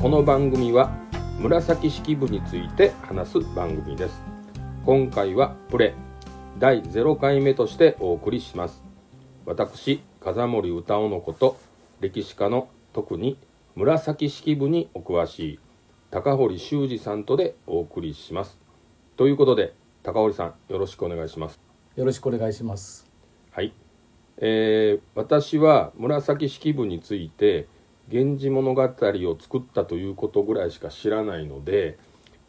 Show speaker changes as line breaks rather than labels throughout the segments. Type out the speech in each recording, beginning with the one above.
この番組は紫式部について話す番組です今回はプレ第0回目としてお送りします私風森歌男のこと歴史家の特に紫式部にお詳しい高堀修二さんとでお送りしますということで高堀さんよろしくお願いします
よろしくお願いします。
はい、えー私は紫式部について「源氏物語」を作ったということぐらいしか知らないので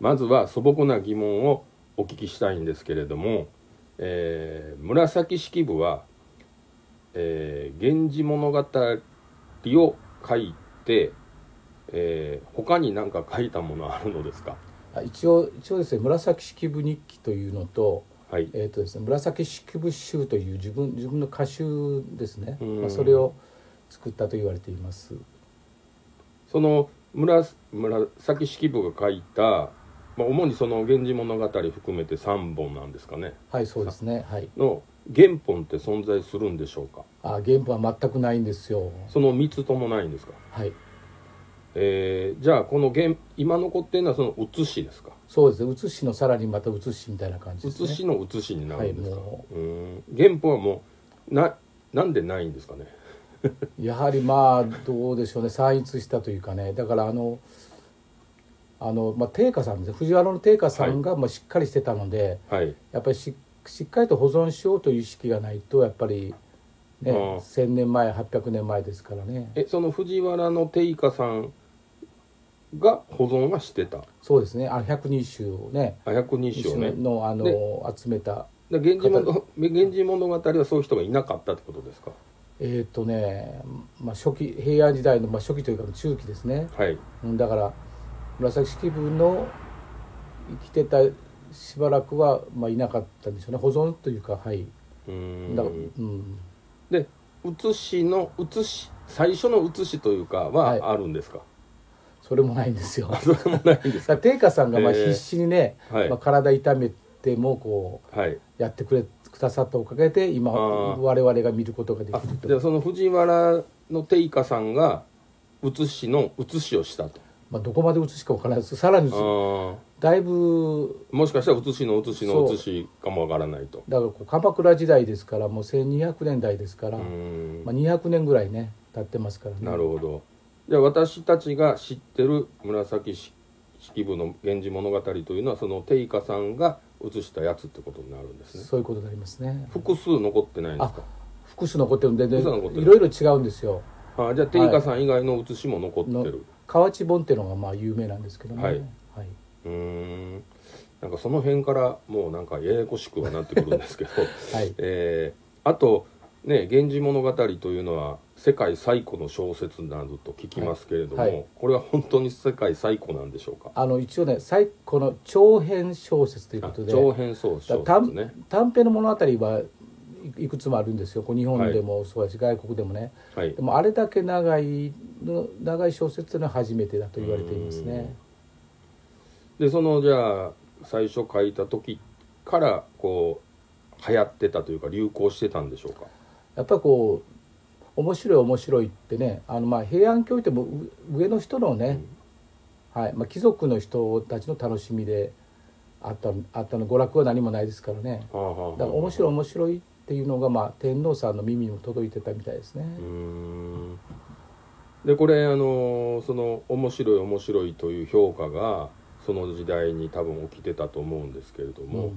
まずは素朴な疑問をお聞きしたいんですけれども、えー紫式部は「えー源氏物語」を書いて、えー他に何か書いたものあるのですか
あ一応一応ですね紫式部日記というのと,、
はい、
えーとですね、紫式部集という自分自分の歌集ですね、
うん
まあ、それを作ったと言われています。
その村紫式部が書いた、まあ、主にその「源氏物語」含めて3本なんですかね
はいそうですね。はい。
の原本って存在するんでしょうか
あ原本は全くないんですよ。
その3つともないんですか、
はい。
えーじゃあこの原今残ってるのはその写しですか
そうですね。写しのさらにまた写しみたいな感じです
写
ね。
しの写しになるんですか、
はいも
うーん原本はもうななんでないんですかね
やはりまあどうでしょうね散逸したというかねだからあのあの、まあ、定家さんですね藤原の定家さんがまあしっかりしてたので、
はい
やっぱりししっかりと保存しようという意識がないとやっぱり、ね、
うん
1,000年前800年前ですからね
えその藤原の定家さんが保存はしてた
そうですねあの百人一首をね
あ102首をね
のあの集めた
で源氏物 源氏物語はそういう人がいなかったってことですか
えっ、とね、まあ、初期平安時代の、まあ、初期というか中期ですね
はい
うんだから紫式部の生きてたしばらくは、まあ、いなかったんでしょうね保存というかはいう
ーん
だからうん
で写しの写し最初の写しというか
はい
はあるんですか、
それもないんですよ。
それもないんです
だから定家さんがまあ
えー
必死にね、
はい
まあ、体痛めてもこ
はい、
うやってくれくださったおかげで今
あー
我々が見ることがで
あ
きる
じゃあ
と、
その藤原の定家さんが写しの写しをしたと
まあ、どこまで写すかわからないですさらに
あー
だいぶ
もしかしたら写しの写しの
そう
写しかもわからないと
だからこう鎌倉時代ですからもう1200年代ですから、
うーん
まあ、200年ぐらいね経ってますからね。
なるほどじゃあ私たちが知ってる紫式部の「源氏物語」というのはその定家さんが写したやつってことになるんですね
そういうことになりますね。
複数残ってないんですか
複数残ってるんで、でい
複数残ってる
ろいろ違うんですよ。
あじゃあ定家さん以外の写しも残ってる、
の河内本っていうのがまあ有名なんですけどね。
は
はいい。
うーんなんかその辺からもうなんかややこしくはなってくるん ですけど、
はい
えーあとね「源氏物語」というのは世界最古の小説などと聞きますけれども、
はいはい
これは本当に世界最古なんでしょうか
あの一応ね、最この長編小説ということで、
長編小
だ
説
から短
ね
短編の物語はいいくつもあるんですよ。こう日本でもそうだし、外国でもね。
はい
でもあれだけ長いの長い小説というのは初めてだと言われていますね。
でそのじゃあ最初書いた時からこう流行ってたというか流行してたんでしょうか
やっぱりこう面白い面白いってね、あのまあ平安京ってもう上の人のね。はいまあ、貴族の人たちの楽しみであったあったの娯楽は何もないですからね
はあはあはあ
だから面白い面白いっていうのが、まあ、天皇さんの耳にも届いてたみたいですね、
うーんでこれあのその面白い面白いという評価がその時代に多分起きてたと思うんですけれども、
うん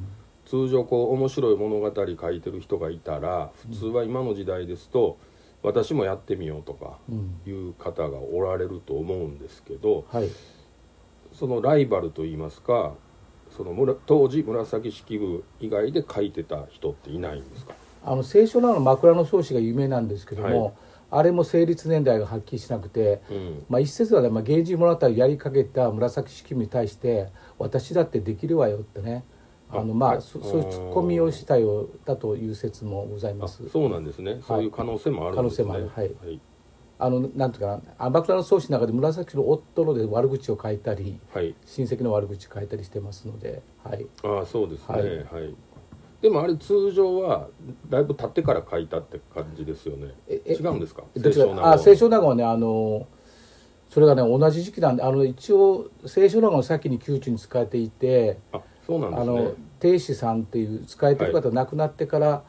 通常こう面白い物語書いてる人がいたら普通は今の時代ですと、私もやってみようとか
うん
いう方がおられると思うんですけど
はい
そのライバルといいますかそのむら当時紫式部以外で書いてた人っていないんですか
あの聖書のあの枕草子が有名なんですけども、
はい
あれも成立年代がはっきりしなくて、
うん
まあ、一説はね「まあ、源氏物語」をやりかけた紫式部に対して「私だってできるわよ」ってねあのま
はい
あそそういうツッコミをしたようだという説もござい
あ
ます。
そうなんですね、そういう可能性もあるんですね
可能性もある
はい
あのなんていうかなあ枕の創始の中で紫の夫ので悪口を書いたり
はい、
親戚の悪口を書いたりしてますので、はい、
ああそうですねは、
はい
でもあれ通常はだいぶ経ってから書いたって感じですよね
ええ
違うんですか
どっち
清
ら
少納言
あ清少納言はねあのそれがね同じ時期なんであの一応清書論を先に宮中に使えていて、
あそうなんで
あ
すね
の定子さんっていう使えてる方が亡くなってから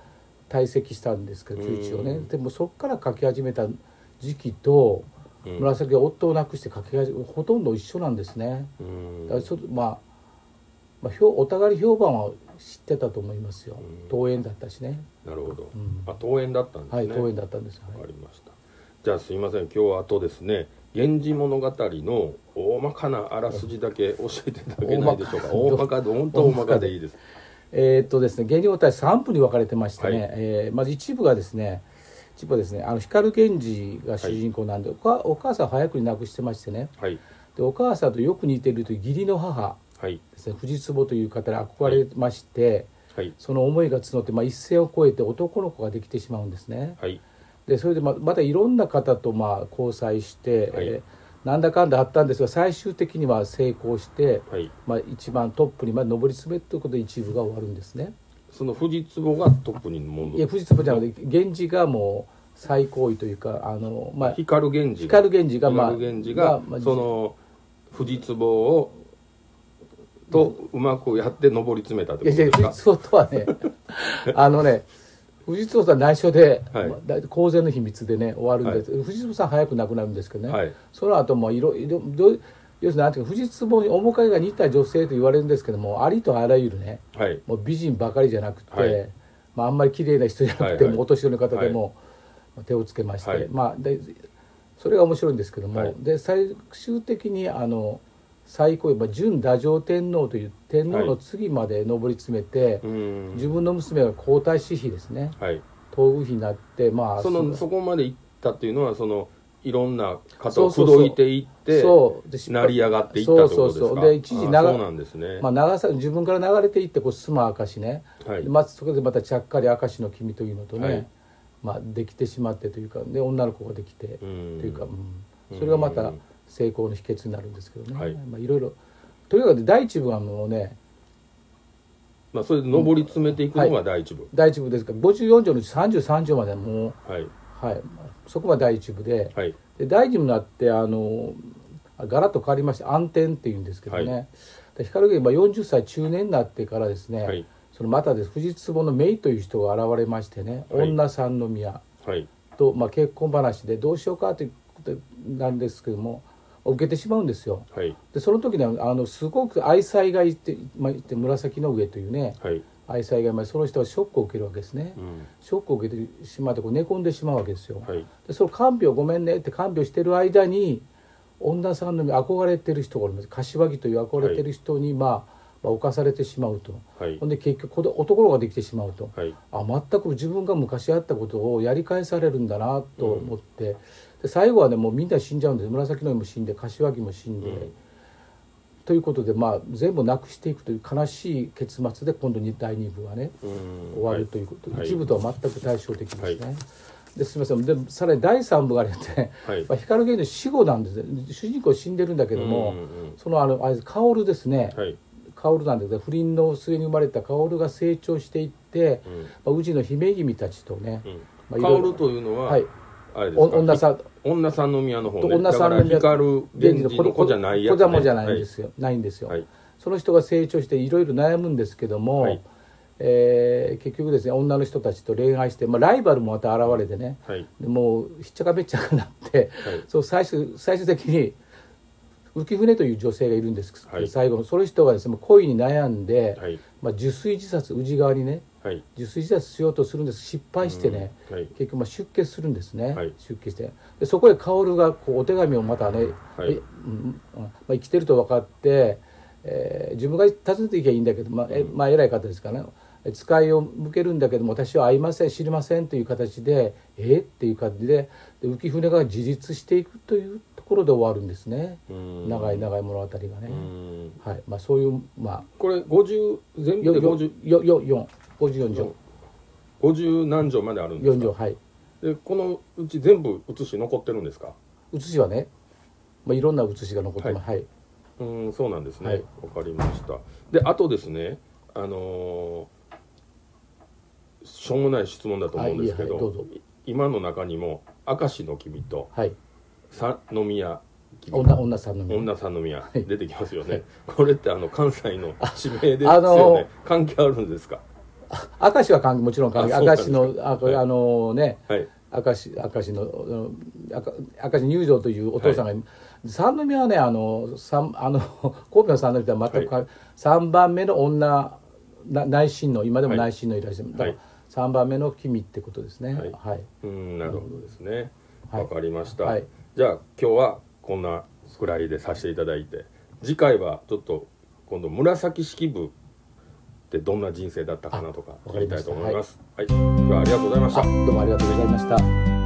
退席したんですけど、
うん
宮中をねでもそこから書き始めた時期と、
うん
紫は夫を亡くして書き始めほとんど一緒なんですね。
うん
だからちょっとまあ、まあ、評お互い評判は知ってたと思いますよ
うん
登園だったしね、
なるほど、
うん
あ登園だったんです
は
ね
い登園だったんですよ、
わ
は
か
い
りましたじゃあすいません今日はあとですね「源氏物語」の大まかなあらすじだけ教えていただけないでしょうか大
大
ま
ま
かどんと大まかでいいです
えーっとですね芸人対3部に分かれてましてね、
はい
えーまず一部がですね一部はですねあの光源氏が主人公なんで、おかお母さんを早くに亡くしてましてね
はい
でお母さんとよく似ているという義理の母
はい
ですね藤壺という方に憧れまして、
はい
その思いが募って、まあ、一線を越えて男の子ができてしまうんですね、
はい
でそれでままたいろんな方とまあ交際して、
はい
えーなんだかんだあったんですが最終的には成功して、
はい
まあ、一番トップにまで上り詰めるということで一部が終わるんですね。
その富士壺がトップに戻
いや
る
富士壺じゃなくて源氏がもう最高位というかあの、まあ、
光源氏
光源氏がまあ
光源氏が
まあ
その富士壺をとうまくやって上り詰めたって
いや
こ
い
と
や
です
富
か
士壺とはね あのね富士壺さん内緒で、
はい
まあだ公然の秘密でね終わるんです、富士壺さん早く亡くなるんですけどね、
はい
その後もいろいろどう要するになんていうか富士壺に面影が似た女性と言われるんですけどもありとあらゆるね
はい
もう美人ばかりじゃなくて、
はい
まあ、あんまり綺麗な人じゃなくて、
はいはい
もうお年寄りの方でも、手をつけまして、
はい
まあ、でそれが面白いんですけども、
はい
で最終的にあの最高位、まあ、準太上天皇という天皇の次まで上り詰めて、
うーん
自分の娘が皇太子妃ですね
はい
東宮妃になってまあ
その
そ
そこまで行ったっていうのはそのいろんな方
そ
を
うそ
口
うそう
説いていって
そうで失敗
成り上がっていったってことですか
そうそうそうで一時長
あそうなんですね、
まあ、流さ自分から流れていってこう住ま証ね、
はい
まあ、そこでまたちゃっかり明石の君というのとね、
はい
まあ、できてしまってというかで女の子ができてと
ん
いうか、うんそれがま
う
た
ん
成功の秘訣になるんですけどね、
はい
まあ、いろいろとにかく第一部はもうね
まあ、それで上り詰めていくのが第一部
第一部ですから54条のうち33条までもう、
はい
はい、そこが第一部で,、
はい
で第二部になってあのガラッと変わりまして暗転っていうんですけどね、
は
で光源氏は40歳中年になってからですね、
はい
そのまたです藤壺のメイという人が現れましてね、
はい
女三宮
はい
と、まあ、結婚話でどうしようかということなんですけども受けてしまうんですよ
はい
でその時にはあのすごく愛妻がいて,、まあ、いて紫の上というね
はい、
愛妻が、まあ、その人はショックを受けるわけですね、
うん
ショックを受けてしまってこう寝込んでしまうわけですよ、
はい
でその看病ごめんねって看病してる間に女三宮憧れてる人がおります柏木という憧れてる人に、まあまあ、侵されてしまうと。
はい
ほんで結局この男の子ができてしまうと、
はい
あ全く自分が昔やったことをやり返されるんだなと思って、で最後はねもうみんな死んじゃうんです紫の上も死んで柏木も死んで、
うん
ということで、まあ、全部なくしていくという悲しい結末で今度に第2部はね
うん
終わるということ、
はい
一部とは全く対照的ですね。
は
ですみませんでさらに第3部があれて、
はい
まあ、光源氏死後なんですね主人公死んでるんだけども、
うんうん
そのあのあれ薫ですね、
はい
薫なんだけど不倫の末に生まれた薫が成長していって、
うん
まあ、宇治の姫君たちとね、
うん
まあいろいろ
薫というのは、
はい
あれです
お
か
女さん
女三宮の方ね
女三宮
だから光源氏の子じゃないやつ、ね、
子供じゃないんですよ、ないんですよ、
はい
その人が成長していろいろ悩むんですけども、
はい
えー結局ですね女の人たちと恋愛して、まあ、ライバルもまた現れてね、
はい
でもうひっちゃかめっちゃかになって、
はい
そう最終最終的に浮舟という女性がいるんですけど、
はい
最後のその人がですねもう恋に悩んで、
はい
まあ、受水自殺宇治側にね
はい
受水自殺しようとするんです失敗してね、
うんはい
結局まあ出血するんですね、
はい
出血してでそこへ薫がこうお手紙をまたね、
はい
えうんうんまあ、生きてると分かって、えー自分が訪ねていけばいいんだけど、まあえまあ、偉い方ですからねえ使いを向けるんだけども私は会いません知りませんという形でえーっていう感じでで浮舟が自立していくというところで終わるんですね、
うん
長い長い物語がね、
うん
はいまあ、そういうまあ
これ50全部で50
4 54条
50何条まであるんです
4
か
条はい
でこのうち全部写し残ってるんですか
写しはね、まあ、いろんな写しが残ってますはい、
うーんそうなんですねわ
は、い
かりましたであとですねあのーしょうもない質問だと思うんですけど,、
はいいえはいどうぞ
今の中にも「明石の君」と
はい
「三宮
女女さんの宮
女三宮出てきますよね、これってあの関西の地名ですよね、
あの
関係あるんですか
明石は関係もちろん関係
あそうなん
明
です
石
か
のあ,、
はい
あのね
はい
明石明石のあの明明石入場というお父さんが、三宮はねあの三あの神戸の三宮とは全くか、3番目の女な内親の今でも内親のいらっしゃる、だから
はい
3番目の君ってことですね
はい
はい、
うんなるほどですね
は
わ、
い
かりました、
はい
じゃあ今日はこんなくらいでさせていただいて次回はちょっと今度紫式部ってどんな人生だったかなとか
あわか
知り
り
た
ま
い
し
と
た
思いますはい、今日はありがとうございまし
あ
た
どうもありがとうございました。